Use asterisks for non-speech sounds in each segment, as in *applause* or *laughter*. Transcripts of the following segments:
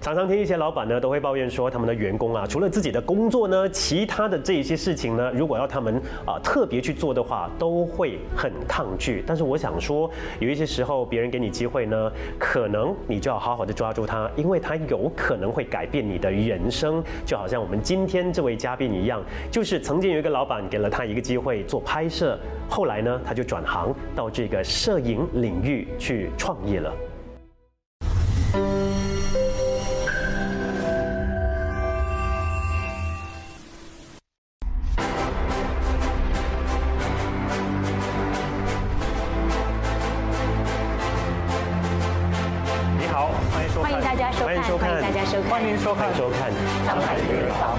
常常听一些老板呢都会抱怨说，他们的员工啊，除了自己的工作呢，其他的这一些事情呢，如果要他们啊、特别去做的话，都会很抗拒。但是我想说，有一些时候别人给你机会呢，可能你就要好好的抓住它，因为它有可能会改变你的人生。就好像我们今天这位嘉宾一样，就是曾经有一个老板给了他一个机会做拍摄，后来呢，他就转行到这个摄影领域去创业了。你好，欢迎收看，欢迎大家收看欢迎收看，欢迎大家收看欢迎收看，收看《上海女人房》。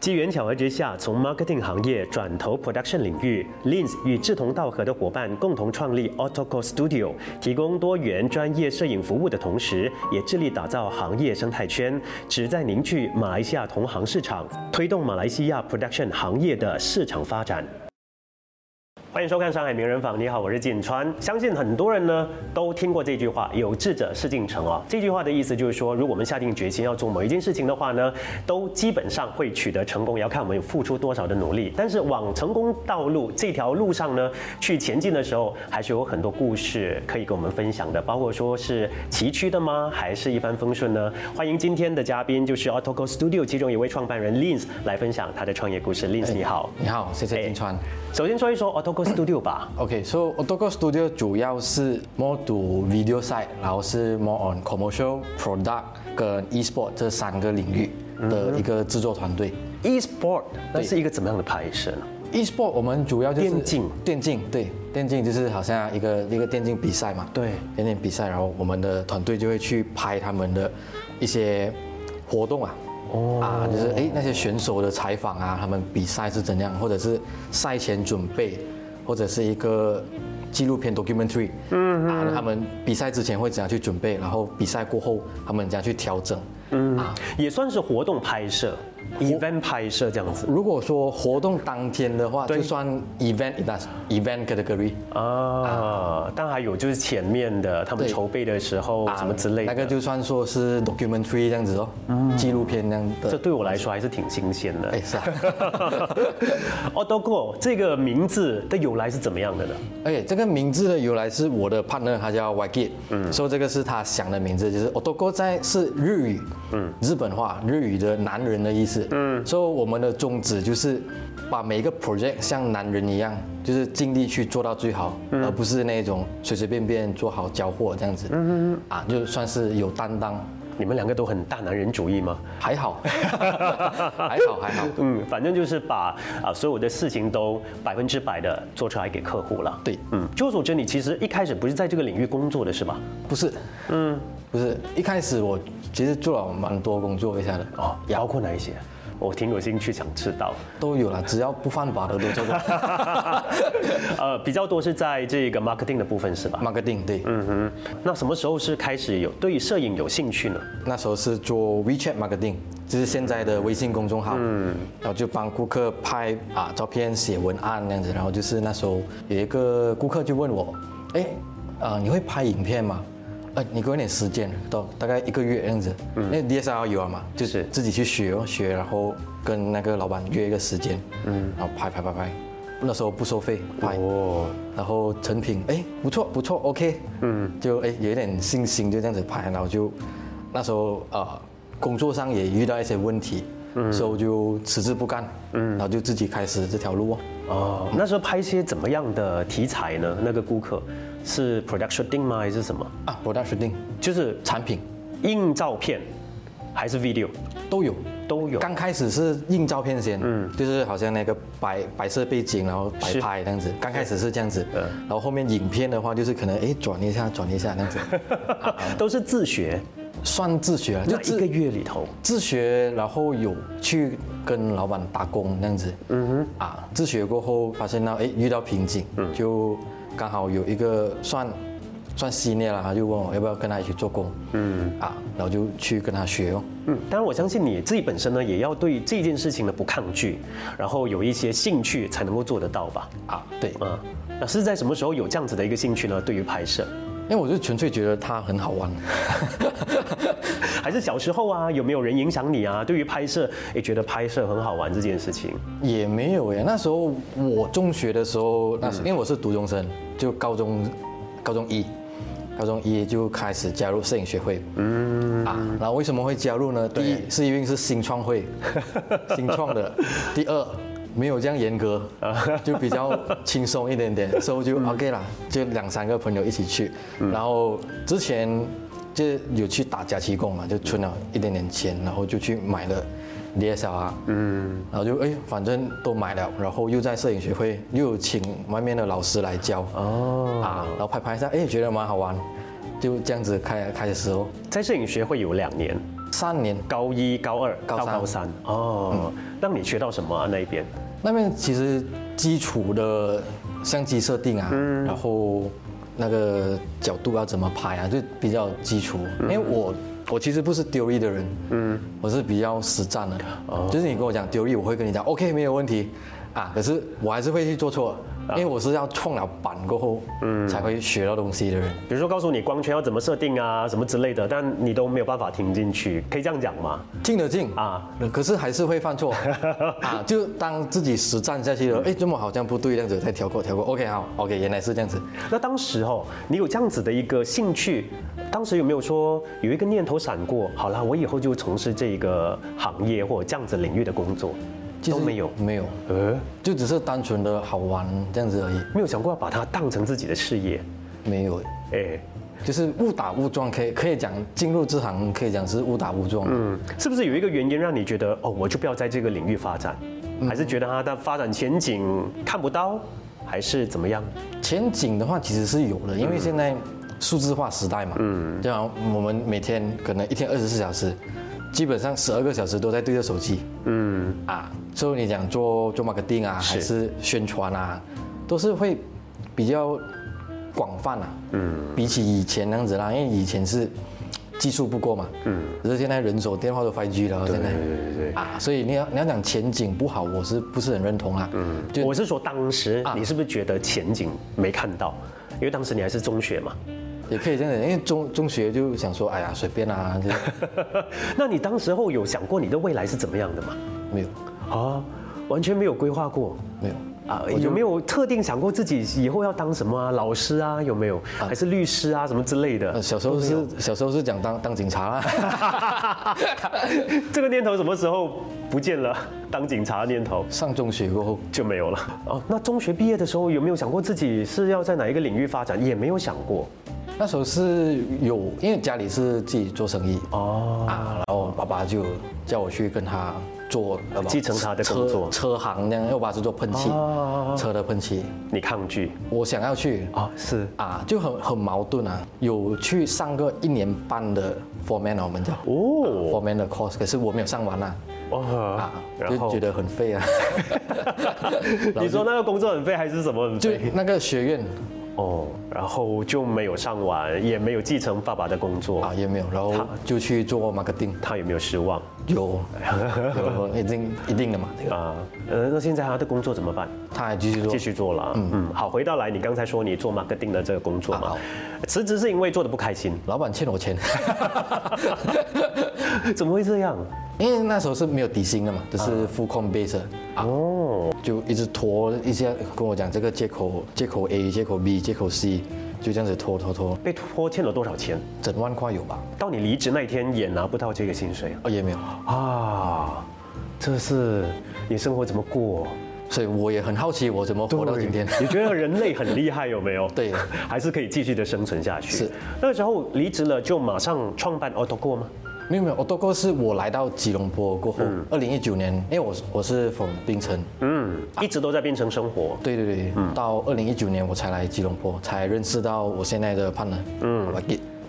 机缘巧合之下，从 marketing 行业转投 production 领域，Lins 与志同道合的伙伴共同创立 Autoco Studio，提供多元专业摄影服务的同时，也致力打造行业生态圈，旨在凝聚马来西亚同行市场，推动马来西亚 production 行业的市场发展。欢迎收看《上海名人坊》，你好，我是锦川。相信很多人呢都听过这句话“有志者事竟成”哦。这句话的意思就是说，如果我们下定决心要做某一件事情的话呢，都基本上会取得成功，也要看我们有付出多少的努力。但是往成功道路这条路上呢，去前进的时候，还是有很多故事可以跟我们分享的，包括说是崎岖的吗，还是一帆风顺呢？欢迎今天的嘉宾就是 Autoco Studio 其中一位创办人 Lins 来分享他的创业故事。Lins 你好。你好，谢谢金川。首先说一说 Autoco Studio 吧。 OK，so、o t o k o Studio 主要是 more to video side，然后是 more on commercial product 跟 e-sport 这三个领域嗯的一个制作团队。 e-sport E 那对是一个怎么样的拍摄呢？ e-sport 我们主要就是电竞，电竞对，电竞就是好像一个一个电竞比赛嘛，对电竞比赛，然后我们的团队就会去拍他们的一些活动啊。哦、啊，就是诶那些选手的采访啊，他们比赛是怎样，或者是赛前准备，或者是一个纪录片 documentary，嗯啊，他们比赛之前会怎样去准备，然后比赛过后他们怎样去调整，嗯啊，也算是活动拍摄，event 拍摄这样子如果说活动当天的话，对哦就算 event in that event category 啊。但还有就是前面的他们嗯对啊筹备的时候什么之类的，嗯那个就算说是 documentary 这样子哦，纪录片那样这的。对我来说还是挺新鲜的 *laughs* *laughs* 哎，。是啊。哦 d o g o 这个名字的由来是怎么样的呢？而且这个名字的由来是我的 partner，他叫 Yagi，嗯，所以这个是他想的名字，就是 Otoko 在是日语，嗯，日本话日语的男人的意思，嗯，所以我们的宗旨就是把每一个 project 像男人一样，就是尽力去做到最好，而不是那种随随便便做好交货这样子，嗯啊，就算是有担当，你们两个都很大男人主义吗？还 *laughs* 好，还好还好，嗯，反正就是把啊所有的事情都百分之百的做出来给客户了。对嗯，据我所知，你其实一开始不是在这个领域工作的是吧？不是，嗯，不是。一开始我其实做了蛮多工作一下的，哦，包括哪一些？我挺有兴趣想知道。都有了，只要不犯法的都做过。 *laughs* *laughs* 呃，比较多是在这个 marketing 的部分是吧？ marketing 对，嗯哼。那什么时候是开始有对摄影有兴趣呢？那时候是做 WeChat marketing，就是现在的微信公众号，嗯，然后就帮顾客拍啊照片、写文案这样子。然后就是那时候有一个顾客就问我，哎，啊你会拍影片吗？呃，你给我一点时间，到大概一个月这样子。嗯，那 DSLR 有了嘛，就是是自己去学哦学，然后跟那个老板约一个时间，嗯，然后拍拍拍拍，那时候不收费拍。哦，然后成品哎不错不错 OK，嗯，就哎有一点信心就这样子拍，然后就那时候呃工作上也遇到一些问题，嗯，所以我就辞职不干，嗯，然后就自己开始这条路哦。哦，那时候拍些怎么样的题材呢？那个顾客是 product shooting 吗？还是什么？啊，product shooting 就是产品硬照片还是 video 都有。都有。刚开始是印照片先，嗯，就是好像那个白白色背景，然后白是拍这样子。刚开始是这样子，嗯然后后面影片的话，就是可能哎转一下转一下这样 *laughs* 子，都是自学，算自学了，啊就就一自个月里头，自学，然后有去跟老板打工那样子。嗯哼。啊，嗯自学过后发现到哎遇到瓶颈，就刚好有一个算算 senior 了，他就问我要不要跟他一起做工，嗯，啊，然后就去跟他学哦。嗯，当然我相信你自己本身呢，也要对这件事情呢不抗拒，然后有一些兴趣才能够做得到吧？啊，对，啊，那是在什么时候有这样子的一个兴趣呢？对于拍摄，因为我就纯粹觉得他很好玩，还是小时候啊，有没有人影响你啊？对于拍摄，也觉得拍摄很好玩这件事情，也没有耶。那时候我中学的时候，那时因为我是读中生，就高中，高中一，高中一就开始加入摄影学会。嗯啊，然后为什么会加入呢？第一是因为是新创会， *laughs* 新创 *laughs* 的。第二。没有这样严格，就比较轻松一点点， *laughs* 所以就 OK 啦，就两三个朋友一起去。然后之前就有去打假期工嘛，啊就存了一点点钱，然后就去买了 DSLR，嗯，然后就哎，反正都买了，然后又在摄影学会又有请外面的老师来教，哦，啊，然后拍拍一下，哎，觉得蛮好玩，就这样子开开始哦，在摄影学会有两年，三年高一、高二高到三嗯高三哦，让你学到什么啊？那一边那边其实基础的相机设定啊，然后那个角度要怎么拍啊，就比较基础。因为我我其实不是 theory 的人，嗯，哦我是比较实战的，就是你跟我讲 theory，我会跟你讲 OK 没有问题啊，可是我还是会去做错，因为我是要创了板过后，啊嗯，才会学到东西的人。比如说告诉你光圈要怎么设定啊，什么之类的，但你都没有办法听进去，可以这样讲吗？进了进啊啊，可是还是会犯 *laughs* 错啊。就当自己实战下去了，哎，这么好像不对，这样子再调过调过，OK 好，OK 原来是这样子。那当时哦，你有这样子的一个兴趣，当时有没有说有一个念头闪过？好啦，我以后就从事这个行业或者这样子领域的工作，其实都没有。没有，呃，就只是单纯的好玩这样子而已，没有想过要把它当成自己的事业，没有，哎，就是误打误撞，可以可以讲进入这行可以讲是误打误撞，嗯，是不是有一个原因让你觉得哦，我就不要在这个领域发展，嗯还是觉得它的发展前景看不到，还是怎么样？前景的话其实是有的，因为现在数字化时代嘛，嗯，就好像我们每天可能一天二十四小时，基本上十二个小时都在对着手机，嗯啊，所以你讲做做 marketing 啊，还是宣传啊，都是会比较广泛啊，嗯，比起以前那样子啦，因为以前是技术不够嘛，嗯，可是现在人手电话都 5G 了，现在。对对。啊，所以你要你要讲前景不好，我是不是很认同啦？嗯，就啊我是说，当时你是不是觉得前景没看到？因为当时你还是中学嘛。也可以这样子，因为中中学就想说，哎呀，随便 *laughs* 啊，就那你当时候有想过你的未来是怎么样的吗？没有啊，完全没有规划过没有啊？有没有特定想过自己以后要当什么啊？老师啊？有没有？还是律师啊？什么之类呃，的？小时候是小时候是讲当当警察啦， *laughs* *laughs* 这个念头什么时候不见了？当警察的念头上中学过后就没有了。哦，那中学毕业的时候有没有想过自己是要在哪一个领域发展？也没有想过。那时候是有，因为家里是自己做生意哦，啊，然后爸爸就叫我去跟他做呃继承他的工作车车行那样，因为我爸是做喷漆哦，车的喷漆，你抗拒我想要去啊、是。啊，就很很矛盾啊，有去上个一年半的 forman 啊，我们叫哦， forman 的 course，可是我没有上完啊。哇啊，，然就后觉得很废啊。 *laughs* *laughs* 你说那个工作很废还是什么很就废？那个学院哦，然后就没有上完，也没有继承爸爸的工作，啊也没有，然后就去做 marketing，他有没有失望 *laughs* 有有一定一定的嘛，这个啊？呃，那现在他的工作怎么办？他还继续做继，续做了啊。嗯好，回到来，你刚才说你做 marketing 的这个工作啊嘛好，辞职是因为做的不开 *laughs* 心，老板欠我钱， *laughs* 怎么会这样？因为那时候是没有底薪的嘛，就是 full com base 的啊，就一直拖，一下跟我讲这个借口借口 A 借口 B 借口 C，就这样子拖拖拖，被拖欠了多少钱？整万块有吧？到你离职那一天也拿不到这个薪水哦也没有，啊！这是你生活怎么过？所以我也很好奇我怎么活到今天。你觉得人类很厉害有没有？对还是可以继续的生存下去。是，那个时候离职了就马上创办 AutoGo 吗？没有没有，我都过是我来到吉隆坡过后，二零一九年，因为我是我是从槟城，嗯，一直都在变成生活。对对对，到二零一九年我才来吉隆坡，才认识到我现在的 partner，嗯，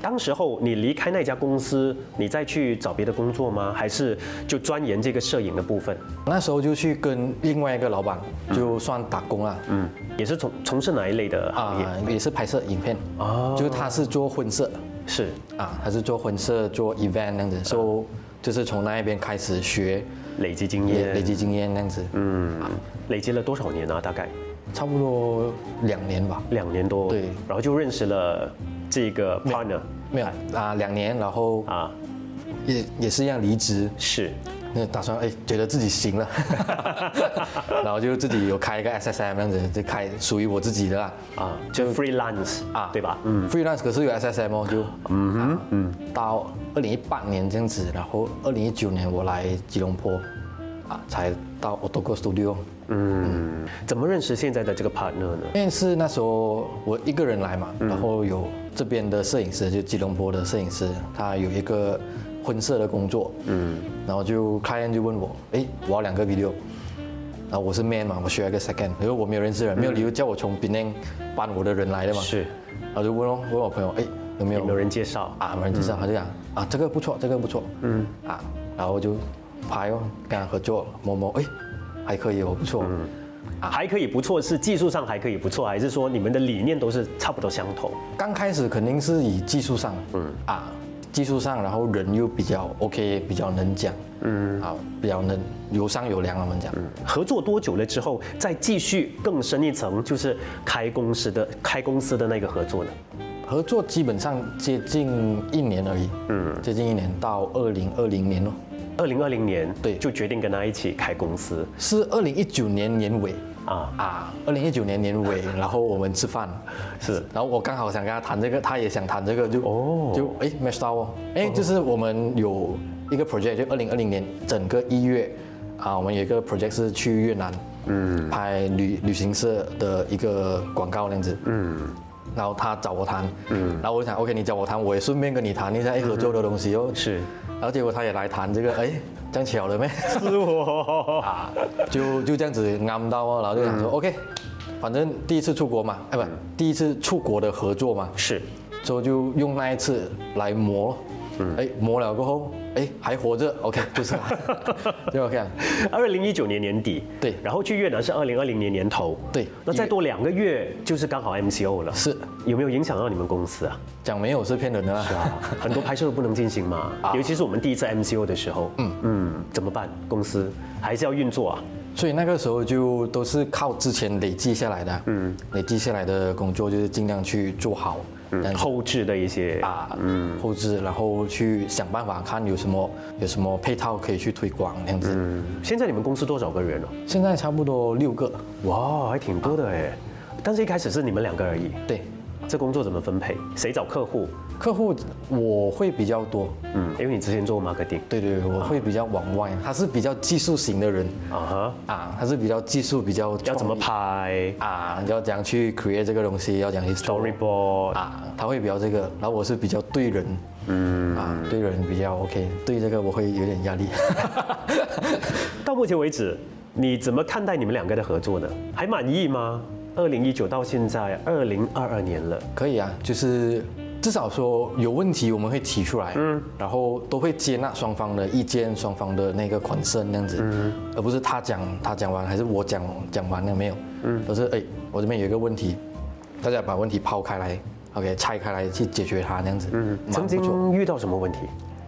当时候你离开那家公司，你再去找别的工作吗？还是就钻研这个摄影的部分？那时候就去跟另外一个老板，就算打工啦，嗯，也是从从事哪一类的行业？啊，也是拍摄影片，哦就是他是做婚摄，是啊，他是做婚摄做 event 那样子，所以就是从那一边开始学，累积经也验，累积经验那样子，嗯，累积了多少年啊？大概差不多两年吧，两年多。对然后就认识了这个 partner 没有啊，两年，然后啊，也也是一样离职，是那打算哎觉得自己行了， *laughs* 然后就自己有开一个 SSM 那样子，就开属于我自己的啦，啊，就 freelance 啊，对吧？嗯，freelance 可是有 SSM 哦，就嗯哼嗯，到二零一八年这样子，然后二零一九年我来吉隆坡，啊，才到 o t o g o Studio，嗯，怎么认识现在的这个 partner 呢？因为是那时候我一个人来嘛，然后有这边的摄影师，就吉隆坡的摄影师，他有一个婚摄的工作，嗯，然后就 client 就问我，诶，我要两个 video，然后我是 man 嘛，我需要一个 second，因为我没有认识人，没有理由叫我从 Penang 搬我的人来的嘛，是，然后就问咯，问我朋友，诶，有没有有没有人介绍？嗯啊，没人介绍，他就讲啊，这个不错，这个不错，嗯，啊，然后就拍哦，跟他合作，摸摸，哎，还可以哦，不错，啊还可以不错，是技术上还可以不错，还是说你们的理念都是差不多相同？刚开始肯定是以技术上，嗯，啊，技术上，然后人又比较 OK，比较能讲，嗯，啊，比较能有商有量，我们讲，合作多久了之后，再继续更深一层，就是开公司的开公司的那个合作呢？合作基本上接近一年而已，嗯，接近一年到二零二零年咯，二零二零年，对就决定跟他一起开公司是二零一九年年尾，啊，啊，二零一九年年尾，然后我们吃饭，是，然后我刚好想跟他谈这个，他也想谈这个，就哦就哎 match 到哦，哎，就是我们有一个 project，就二零二零年整个一月啊，我们有一个 project 是去越南，嗯，拍旅旅行社的一个广告那样子，嗯。然后他找我谈，嗯，然后我就想，OK，你找我谈，我也顺便跟你谈一下哎合作的东西哦，是，然后结果他也来谈这个，哎，这样巧了没？是我啊，就就这样子啱到啊，然后就想说、OK，反正第一次出国嘛，哎不，第一次出国的合作嘛，是所以就用那一次来磨咯，哎磨了过后，哎还活着，OK 就是他， *laughs* 就 OK 啊二零一九年年底，对然后去越南是二零二零年年头，对那再一多两个月就是刚好 MCO 了，是有没有影响到你们公司啊？讲没有是啊骗人的啦，很多拍摄都不能进行嘛，尤其是我们第一次 MCO 的时候，啊嗯嗯，怎么办？公司还是要运作啊，所以那个时候就都是靠之前累积下来的，嗯，累积下来的工作就是尽量去做好，嗯后置的一些啊，嗯，后置，然后去想办法看有什么有什么配套可以去推广这样子。嗯，现在你们公司多少个人了、现在差不多六个，哇，还挺多的哎。但是一开始是你们两个而已，对，这工作怎么分配？谁找客户？客户我会比较多，嗯，因为你之前做过 marketing 对对，对我会比较往外，他是比较技术型的人啊哈，啊，他是比较技术比较要怎么创意拍啊，要怎样去 create 这个东西，要怎样去 story ，storyboard 啊，他会比较这个，然后我是比较对人，嗯啊，对人比较 OK，对这个我会有点压力。到目前为止，你怎么看待你们两个的合作呢？还满意吗？二零一九到现在二零二二年了，可以啊，就是至少说有问题我们会提出来，嗯，然后都会接纳双方的意见，双方的那个 concern 那样子，嗯，而不是他讲他讲完还是我讲讲完了没有，嗯，都是哎我这边有一个问题，大家把问题抛开来，OK 拆开来去解决它那样子，嗯，曾蛮不错，经遇到什么问题？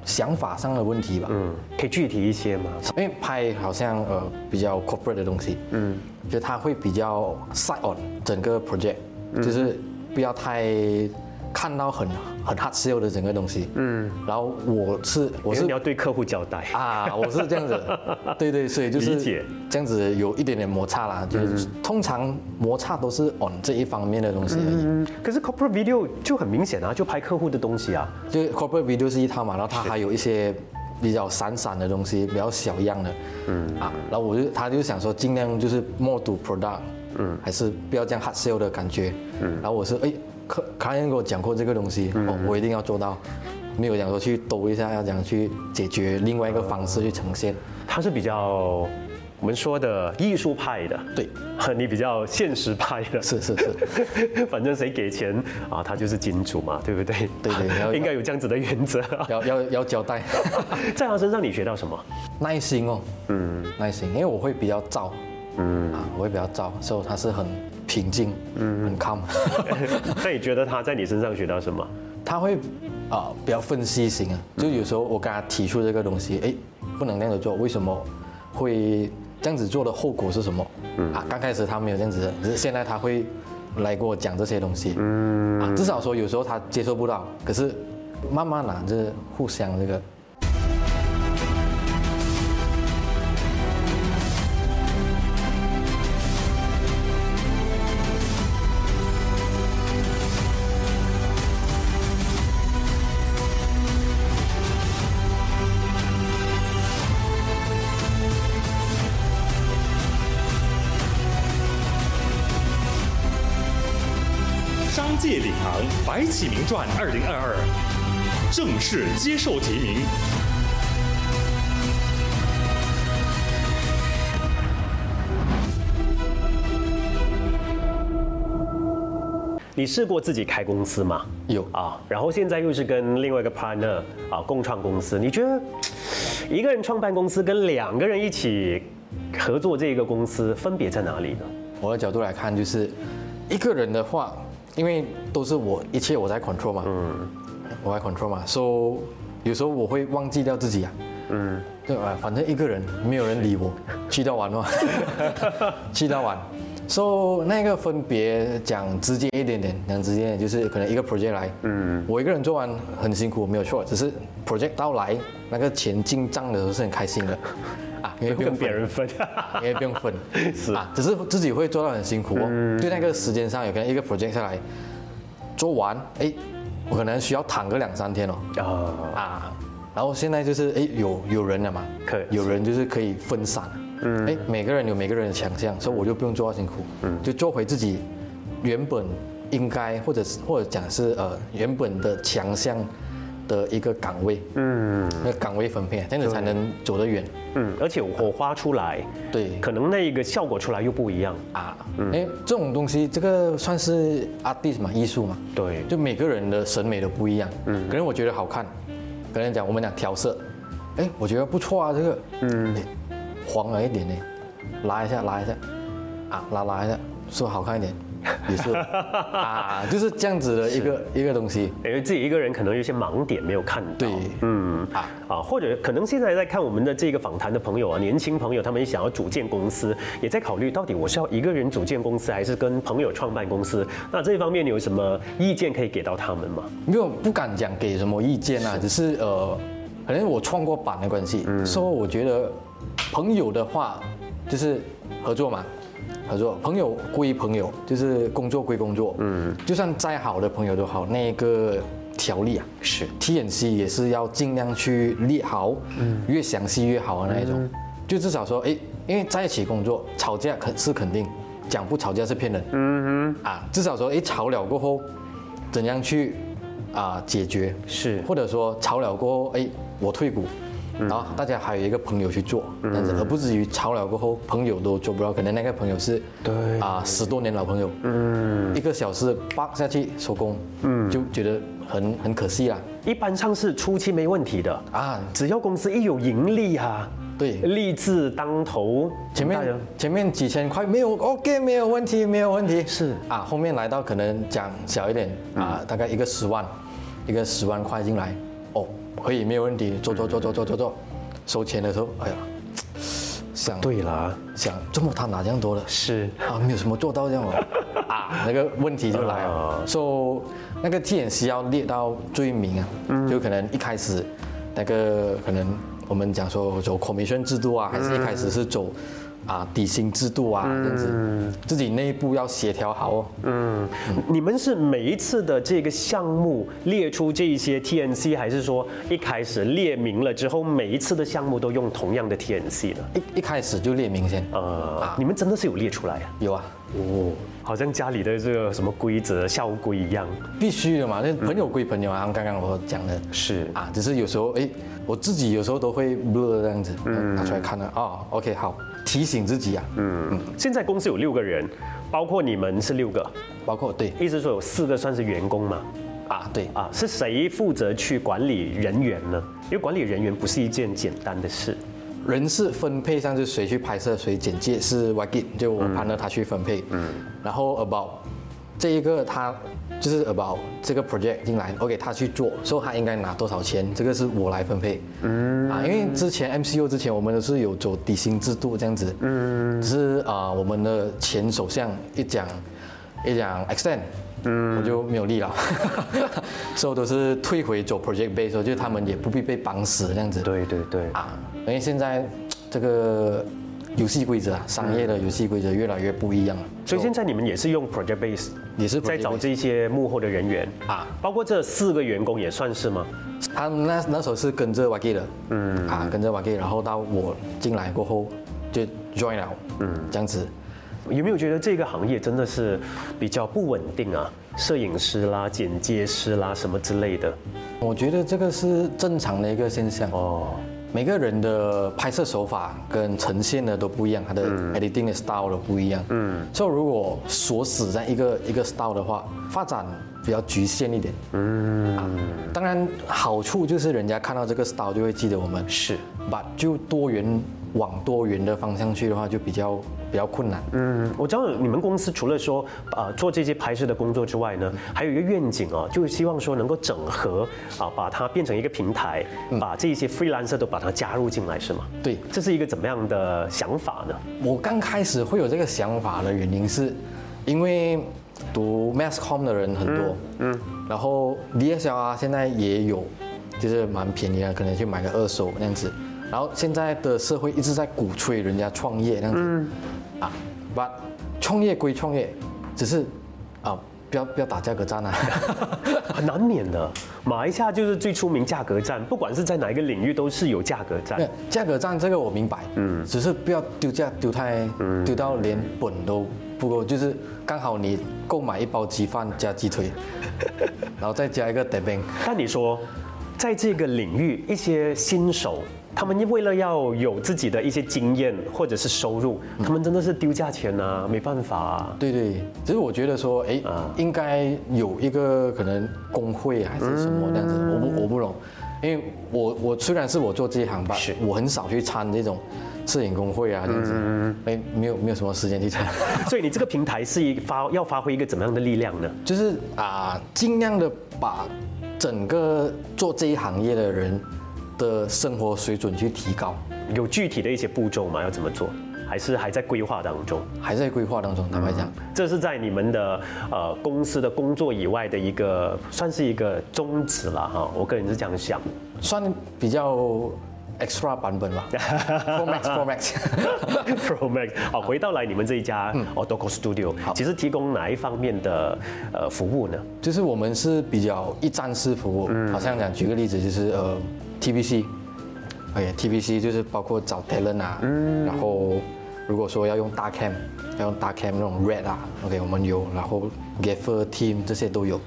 想法上的问题吧，嗯，可以具体一些吗？因为拍好像呃比较 corporate 的东西，嗯，就它会比较 side on 整个 project，、就是嗯不要太看到很很 hard sell 的整个东西，嗯，然后我是我我是是你要对客户交代，啊，我是这 *laughs* 样子，对对，所以就是理解嗯这样子有一点点摩擦啦，就是通常摩擦都是 on 这一方面的东西而已，嗯，可是 corporate video 就很明显啊，就拍客户的东西啊，就是 corporate video 是一套嘛，然后它还有一些比较闪闪的东西，比较小样的，嗯啊，然后我就他就想说尽量就是 more to product，嗯，还是不要这样 hard sell 的感觉，嗯，然后我是哎，客客人跟我讲过这个东西，哦，我一定要做到，没有讲嗯说去兜一下，要讲去解决另外一个方式去呈现，它是比较我们说的艺术派的，对，你比较现实派的，是是是， *laughs* 反正谁给钱啊，他就是金主嘛，对不对？对对要应该有这样子的原则。啊 *laughs* 要要要交代， *laughs* 在他身上你学到什么？ *laughs* 耐心哦，嗯，耐心，因为我会比较躁，嗯啊，我会比较躁，所以他是很平静，嗯，很 *laughs* calm，那你觉得他在你身上学到什么？他会啊、比较分析型啊，就有时候我跟他提出这个东西，哎，不能那样的做，为什么会这样子做的后果是什么？啊，刚开始他没有这样子的，只是现在他会来跟我讲这些东西，嗯啊，至少说有时候他接受不到，可是慢慢啊，就是互相这个。商界领航《白起名传》二零二二正式接受提名。你试过自己开公司吗？有啊，然后现在又是跟另外一个 partner 啊共创公司，你觉得一个人创办公司跟两个人一起合作这个公司分别在哪里呢？我的角度来看，就是一个人的话，因为都是我一切我在 control 嘛，嗯，我在 control 嘛，so 有时候我会忘记掉自己啊，嗯，对吧？反正一个人没有人理我，去到玩嘛，去到玩。so 那个分别讲直接一点点，讲直接一点就是可能一个 project 来，嗯，我一个人做完很辛苦，没有错，只是 project 到来那个钱进账的时候是很开心的，啊，因为不跟用别人分。 *laughs* 因为不用 *laughs* 分，是啊，只是自己会做到很辛苦哦。对那个时间上，有可能一个 project 下来做完，哎，我可能需要躺个两三天哦，啊，啊，然后现在就是哎有有人了嘛，可以有人就是可以分散，嗯，哎，每个人有每个人的强项，所以我就不用做到辛苦，嗯，就做回自己原本应该或者是或者讲是呃原本的强项的一个岗位，嗯，那岗位分配，这样子才能走得远，嗯，而且火花出来，对。可能那个效果出来又不一样。啊，哎、这种东西，这个算是 artist 嘛，艺术嘛，对就每个人的审美都不一样，嗯，可能我觉得好看，可能讲我们讲调色，哎，我觉得不错啊，这个，嗯，黄了一点呢，拉一下，拉一下，啊，拉拉一下，是不是好看一点？也 *laughs* 是啊，就是这样子的一个一个东西，因为自己一个人可能有一些盲点没有看到。对，嗯啊啊，或者可能现在在看我们的这个访谈的朋友啊，年轻朋友他们也想要组建公司，也在考虑到底我是要一个人组建公司，还是跟朋友创办公司？那这方面你有什么意见可以给到他们吗？没有不敢讲给什么意见啊，只是嗯呃，可能我创过板的关系，所以我觉得朋友的话就是合作嘛，合作朋友归朋友，就是工作归工作，嗯，就算再好的朋友都好，那个条例啊，是 TNC 也是要尽量去列好，越详细越好的那一种。就至少说，哎，因为在一起工作，吵架肯是肯定，讲不吵架是骗人。嗯哼，啊，至少说，哎，吵了过后，怎样去啊、解决？是或者说吵了过后，哎，我退股。然后大家还有一个朋友去做，这样子，而不至于吵了过后朋友都做不到，可能那个朋友是对啊十多年老朋友，嗯，一个小时叭下去收工，嗯，就觉得很很可惜啦，一般上市初期没问题的，啊，只要公司一有盈利啊，对利字当头，前大家面前面几千块没有 OK 没有问题没有问题是嗯啊，后面来到可能讲小一点啊，大概一个十万，一个十万块进来，哦，可以没有问题，做做做做做做做，收钱的时候，哎呀，想对啦，想这么他拿这样多了是啊，没有什么做到这样哦， *laughs* 啊，那个问题就来啊了，so 那个 TNC 要列到最明啊，就可能一开始那个可能我们讲说走 commission 制度啊，还是一开始是走啊底薪制度啊这样子，自己内部要协调好哦，嗯，你们是每一次的这个项目列出这一些 TNC，还是说一开始列明了之后，每一次的项目都用同样的 TNC 呢？一一开始就列明先，呃，你们真的是有列出来啊？有啊，哦，好像家里的这个什么规则、校规一样。必须的嘛，那朋友归朋友啊，刚刚我讲的是啊，只是有时候哎，我自己有时候都会 blur 这样子，拿出来看了啊、哦、，OK 好，提醒自己啊，嗯，现在公司有六个人，包括你们是六个，包括对意思说有四个算是员工嘛？啊对啊，是谁负责去管理人员呢？因为管理人员不是一件简单的事。人事分配上是谁去拍摄，谁剪接是 w a g i 就我 partner 他去分配。嗯，然后 about 这一个他就是 about 这个 project 进来，OK 他去做，所以他应该拿多少钱，这个是我来分配。嗯，啊，因为之前 MCU 之前我们都是有走底薪制度这样子。嗯，只是啊、我们的前首相一讲一讲 extend。嗯，我就没有力了， *laughs* 所以都是退回走 project base，就是他们也不必被绑死这样子。对对对，啊，因为现在这个游戏规则啊，商业的游戏规则越来越不一样了，所以现在你们也是用 project base，也是 project 在找 base 这些幕后的人员啊包括这四个员工也算是吗？他们啊那那时候是跟着 Waki 的，嗯，啊，跟着 Waki，然后到我进来过后就 join 了，嗯，这样子。有没有觉得这个行业真的是比较不稳定啊？摄影师啦、剪接师啦什么之类的我觉得这个是正常的一个现象，哦。每个人的拍摄手法跟呈现的都不一样，他的 editing 的 style 都不一样。嗯，所以如果锁死在一个一个 style 的话，发展比较局限一点。嗯、当然好处就是人家看到这个 style 就会记得我们，是把就多元往多元的方向去的话，就比较比较困难。嗯，我知道你们公司除了说啊、呃做这些拍摄的工作之外呢，还有一个愿景啊，就是希望说能够整合啊，把它变成一个平台，把这些 freelancer 都把它加入进来，是吗？嗯对这是一个怎么样的想法呢？我刚开始会有这个想法的原因是，因为读 mass com 的人很多，嗯，然后 DSLR 现在也有，就是蛮便宜的，可能去买个二手那样子。然后现在的社会一直在鼓吹人家创业那样子，啊，but 创业归创业，只是啊，不要不要打价格战啊。很难免的，马来西亚就是最出名价格战，不管是在哪一个领域都是有价格战没有。价格战这个我明白，嗯，只是不要丢价丢太，丢到连本都不够，就是刚好你购买一包鸡饭加鸡腿，然后再加一个 d e b i n 但你说，在这个领域，一些新手，他们为了要有自己的一些经验或者是收入，他们真的是丢价钱啊，没办法啊。 *laughs* 对对，只是我觉得说，哎，应该有一个可能工会还是什么这样子，我不我不懂，因为我我虽然是我做这一行吧是，我很少去参这种摄影工会啊这样子，没没有没有什么时间去参。所以你这个平台是一发要发挥一个怎么样的力量呢？就是啊、尽量的把整个做这一行业的人的生活水准去提高，有具体的一些步骤吗？要怎么做？还是还在规划当中？还在规划当中。坦白讲，这是在你们的呃公司的工作以外的一个，算是一个宗旨了哈。我个人是这样想。算比较 extra 版本吧，Pro Max Pro Max。 *laughs* Pro Max，好，回到来你们这一家嗯 o d o c o Studio，其实提供哪一方面的呃服务呢？就是我们是比较一站式服务，嗯好像讲举个例子就是呃 TBC，哎 TBC 就是包括找 talent 啊，嗯然后如果说要用大 cam，要用大 cam 那种 red 啊，OK 我们有，然后 gaffer team 这些都有，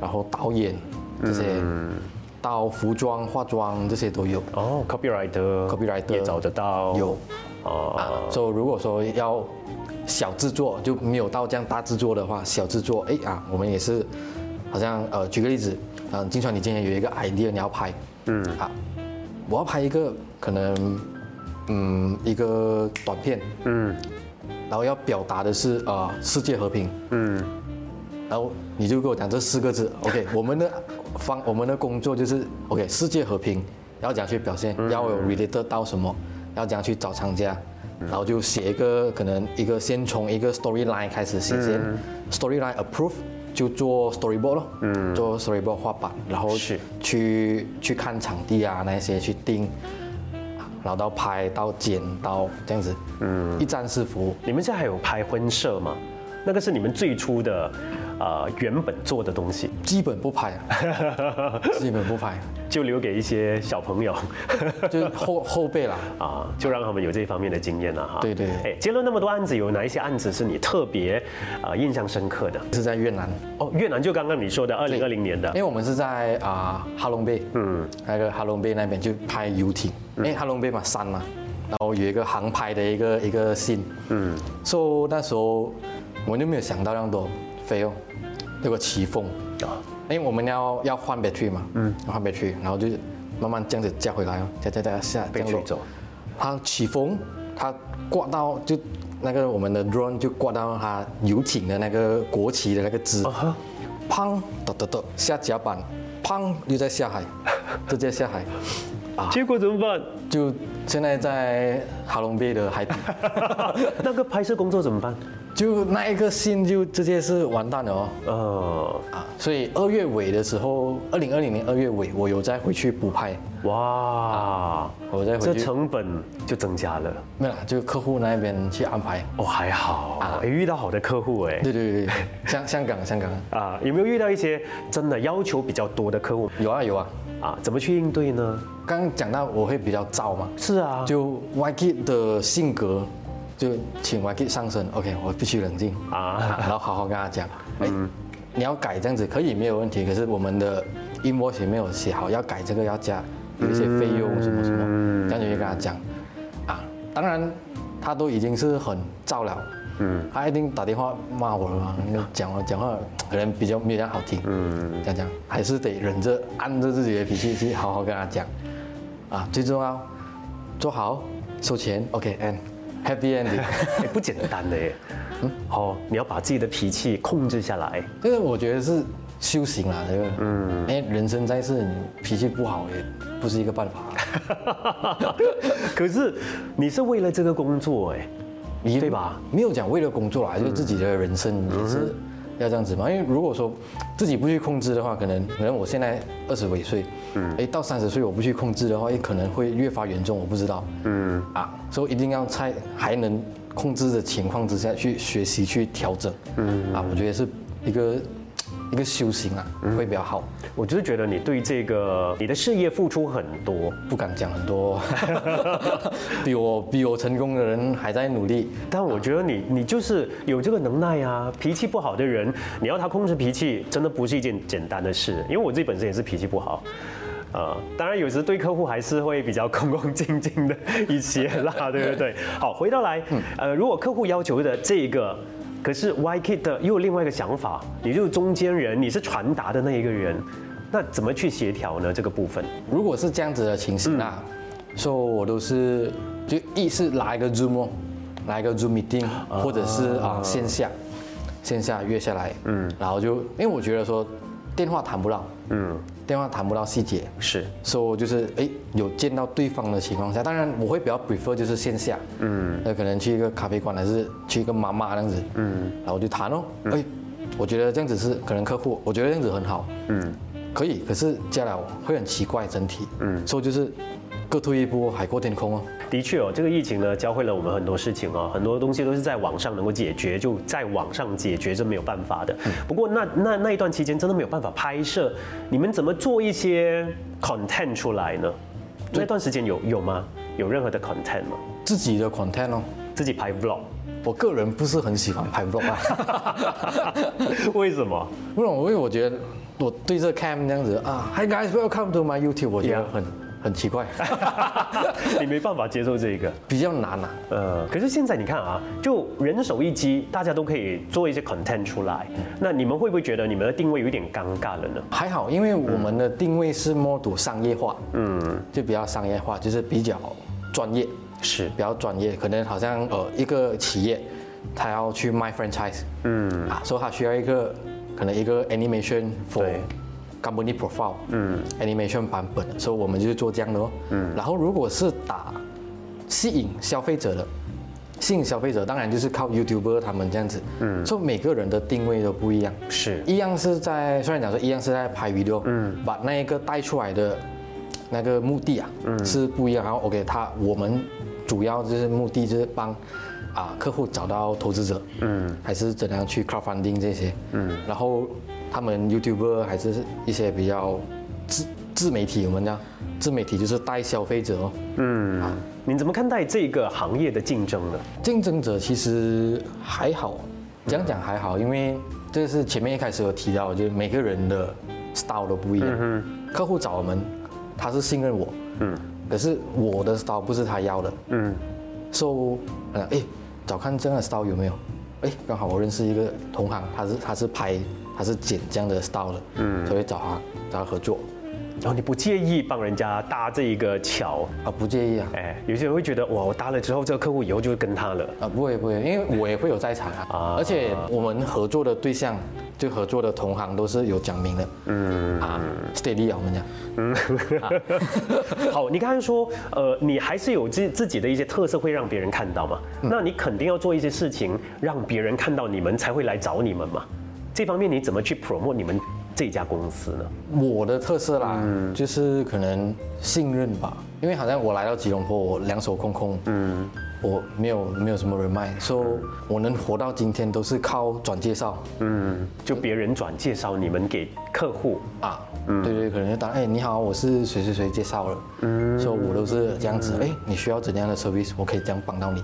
然后导演嗯这些，到服装化妆这些都有，哦，copywriter，copywriter Copywriter 也找得到，有哦，啊，所以如果说要小制作就没有到这样大制作的话，小制作哎啊，我们也是好像呃，举个例子，嗯、金川你今天有一个 idea 你要拍，嗯啊，我要拍一个可能嗯一个短片，嗯，然后要表达的是呃世界和平，嗯。然后你就跟我讲这四个字，OK，我 *laughs* 们的方我们的工作就是 OK 世界和平，要怎样去表现，要有 related 到什么，要怎样去找厂家，然后就写一个可能一个先从一个 storyline 开始写先、storyline approve 就做 storyboard 咯，嗯，做 storyboard 画板，然后是去去看场地啊那些去定，然后到拍到剪到这样子，嗯，一站式服务。你们现在还有拍婚摄吗？那个是你们最初的呃原本做的东西，基本不拍， *laughs* 基本不拍，就留给一些小朋友 *laughs* 就是后 *laughs* 后辈啦。啊，就让他们有这方面的经验了哈。对对哎，接了那么多案子，有哪一些案子是你特别呃印象深刻的？是在越南，哦，越南就刚刚你说的二零二零年的因为我们是在嗯啊、哈龙贝，嗯，那个哈龙贝那边就拍游艇，因为哈龙贝嘛山嘛，然后有一个航拍的一个一个信，嗯，so 那时候我就没有想到那么多，飞哦，结果起风，啊，因为哎我们要要换 battery 嘛，嗯，换 battery，然后就慢慢这样子架回来哦，架架架下被降落吹走，它起风，它挂到就那个我们的 drone 就挂到它游艇的那个国旗的那个枝，啊哈砰，哒哒哒，下甲板，砰，又在下海， *laughs* 直接下海，啊结果怎么办？就现在在哈龙贝的 *laughs* 海底，那个拍摄工作怎么办？就那一个信就直接是完蛋了哦。呃，啊，所以二月尾的时候，二零二零年二月尾，我有再回去补拍，哇，我再这回去，成本就增加了。没有啦，就客户那边去安排。哦，还好，也遇到好的客户哎。啊对对对对，香香港香港啊，有没有遇到一些真的要求比较多的客户有啊有啊，啊？怎么去应对呢？刚刚讲到我会比较燥嘛，是啊，就就 YK 的性格，就请 YK 上身，OK，我必须冷静啊啊， *laughs* 然后好好跟他讲，哎、你要改这样子可以没有问题，可是我们的 invoice 也没有写好，要改这个要加有一些费用什么什么，这样就去跟他讲，啊，当然他都已经是很燥了。嗯，他一定打电话骂我了嘛，讲我讲话可能比较没有这样好听，嗯，这样讲还是得忍着，按着自己的脾气去好好跟他讲，啊，最重要做好，收钱，OK，and、happy ending。哎不简单的耶。嗯好，你要把自己的脾气控制下来。 *laughs* 这个我觉得是修行啦，这个，嗯，因为人生在世，你脾气不好也不是一个办 *laughs* 法，可是你是为了这个工作哎，你对吧？没有讲为了工作啦，就是自己的人生也是要这样子嘛。因为如果说自己不去控制的话，可能可能我现在二十尾岁，嗯，哎，到三十岁我不去控制的话，也可能会越发严重，我不知道，嗯，啊，所以一定要在还能控制的情况之下去学习去调整，嗯，啊，我觉得是一个一个修行啊，会比较好。我就是觉得你对这个你的事业付出很多，不敢讲很多， *laughs* 比我比我成功的人还在努力。但我觉得你你就是有这个能耐啊。脾气不好的人，你要他控制脾气，真的不是一件简单的事。因为我自己本身也是脾气不好。呃，当然有时对客户还是会比较恭恭敬敬的一些啦，对不对？好，回到来，呃，如果客户要求的这个，可是 YK 的又有另外一个想法，你就是中间人，你是传达的那一个人，那怎么去协调呢？这个部分如果是这样子的情形啊，所以我都是就一是拉一个 Zoom 哦，拉一个 Zoom meeting，或者是啊线下线下约下来，嗯，然后就因为我觉得说电话谈不到，嗯，电话谈不到细节，是所以就是哎有见到对方的情况下，当然我会比较 prefer 就是线下，嗯，那可能去一个咖啡馆还是去一个妈妈这样子，嗯，然后就谈哦，哎、我觉得这样子是可能客户，我觉得这样子很好，嗯，可以，可是加了会很奇怪整体，嗯，所以就是各退一步，海阔天空哦，的确哦，这个疫情呢，教会了我们很多事情哦，很多东西都是在网上能够解决，就在网上解决，这没有办法的。不过那那那一段期间真的没有办法拍摄，你们怎么做一些 content 出来呢？那段时间有有吗？有任何的 content 吗？自己的 content 哦，自己拍 vlog， *laughs* 我个人不是很喜欢拍 vlog *laughs* 啊。为什么？ *laughs* 不然我因为我觉得我对着 cam 这样子啊，Hi guys, welcome to my YouTube，我觉得 Yeah. 很很奇怪，你没办法接受这个。比较难啊。呃，可是现在你看啊，就人手一机，大家都可以做一些 content 出来。那你们会不会觉得你们的定位有一点尴尬了呢？还好，因为我们的定位是 model 商业化，嗯，就比较商业化，就是比较专业，是比较专业。可能好像呃一个企业，他要去卖 franchise，嗯，啊，所以他需要一个可能一个 animation for 对 company profile，嗯，animation 版本，所以我们就做这样的哦，嗯。然后如果是打吸引消费者的，吸引消费者当然就是靠 YouTuber 他们这样子，嗯，所以每个人的定位都不一样，是一样是在，虽然讲说一样是在拍 video，嗯，把那一个带出来的那个目的啊，嗯，是不一样。然后 OK，他我们主要就是目的就是帮啊客户找到投资者，嗯，还是怎样去 crowdfunding 这些，嗯，然后他们 YouTuber 还是一些比较自自媒体，我们讲自媒体就是带消费者哦，嗯啊，你怎么看待这个行业的竞争呢？竞争者其实还好，讲讲还好，因为这是前面一开始有提到，就是每个人的 style 都不一样。客户找我们，他是信任我，嗯，可是我的 style 不是他要的，嗯，so 呃哎，找看这样的 style 有没有？哎，刚好我认识一个同行，他是他是拍他是剪这样的 style 的，嗯，才会找他找他合作然后你不介意帮人家搭这一个桥，啊，不介意啊，哎，有些人会觉得哇，我搭了之后，这个客户以后就会跟他了。啊，不会不会，因为我也会有在场啊，啊而且我们合作的对象，就合作的同行都是有讲明的，嗯啊，steady 啊，我们讲，好，你刚才说，呃，你还是有自自己的一些特色会让别人看到嘛？那你肯定要做一些事情让别人看到你们才会来找你们嘛？这方面你怎么去 promote 你们这家公司呢？我的特色啦，就是可能信任吧，因为好像我来到吉隆坡，我两手空空，嗯，我没有没有什么人脉，所、以我能活到今天都是靠转介绍，嗯，就别人转介绍你们给客户，啊，对对，可能就打哎你好，我是谁谁谁介绍了，嗯，所以我都是这样子，哎，你需要怎样的 service，我可以这样帮到你，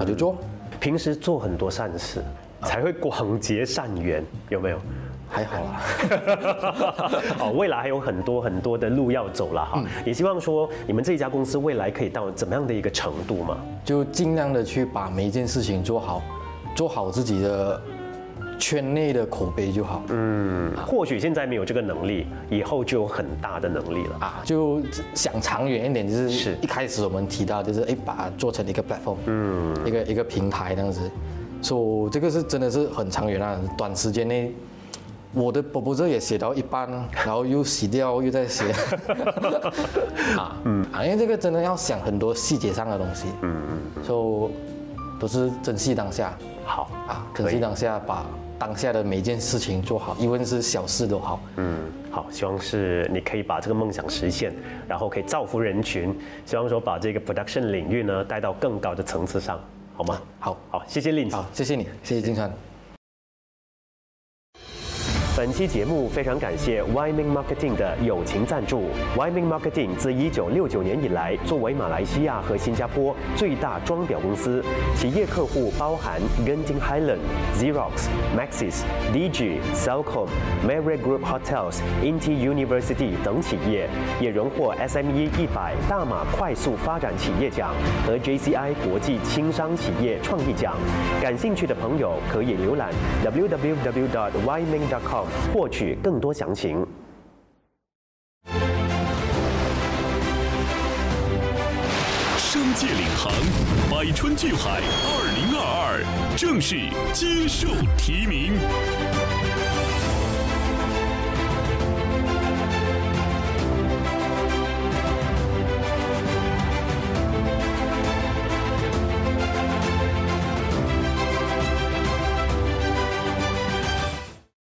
我就做，平时做很多善事，才会广结善缘，有没有？还好啦。 *laughs* 好，哦未来还有很多很多的路要走了哈，也希望说你们这一家公司未来可以到怎么样的一个程度嘛？就尽量的去把每一件事情做好，做好自己的圈内的口碑就好。嗯或许现在没有这个能力，以后就有很大的能力了。啊，就想长远一点，就是是一开始我们提到，就是哎，把它做成一个 platform，嗯，一个一个平台这样子。所、以这个是真的是很长远啊，短时间内。我的 proposal 也写到一半，然后又洗掉，又再写， *laughs* 啊，嗯，啊，因为这个真的要想很多细节上的东西，嗯嗯，就都是珍惜当下，好，啊，可惜当下把当下的每一件事情做好，一问是小事都好。嗯，好，希望是你可以把这个梦想实现，然后可以造福人群，希望说把这个 production 领域呢带到更高的层次上，好吗？好好，谢谢 Lin。好，谢谢你，谢谢金川。本期节目非常感谢 Wyman Marketing 的友情赞助。Wyman Marketing 自1969年以来，作为马来西亚和新加坡最大装裱公司，其业客户包含 Genting Highland、Xerox、Maxis、DG、Cellcom、Marriott Group Hotels、Inti University 等企业，也荣获 SME 一百大马快速发展企业奖和 JCI 国际轻商企业创意奖。感兴趣的朋友可以浏览 www.yming.com 获取更多详情。商界领航，百川聚海，二零二二正式接受提名。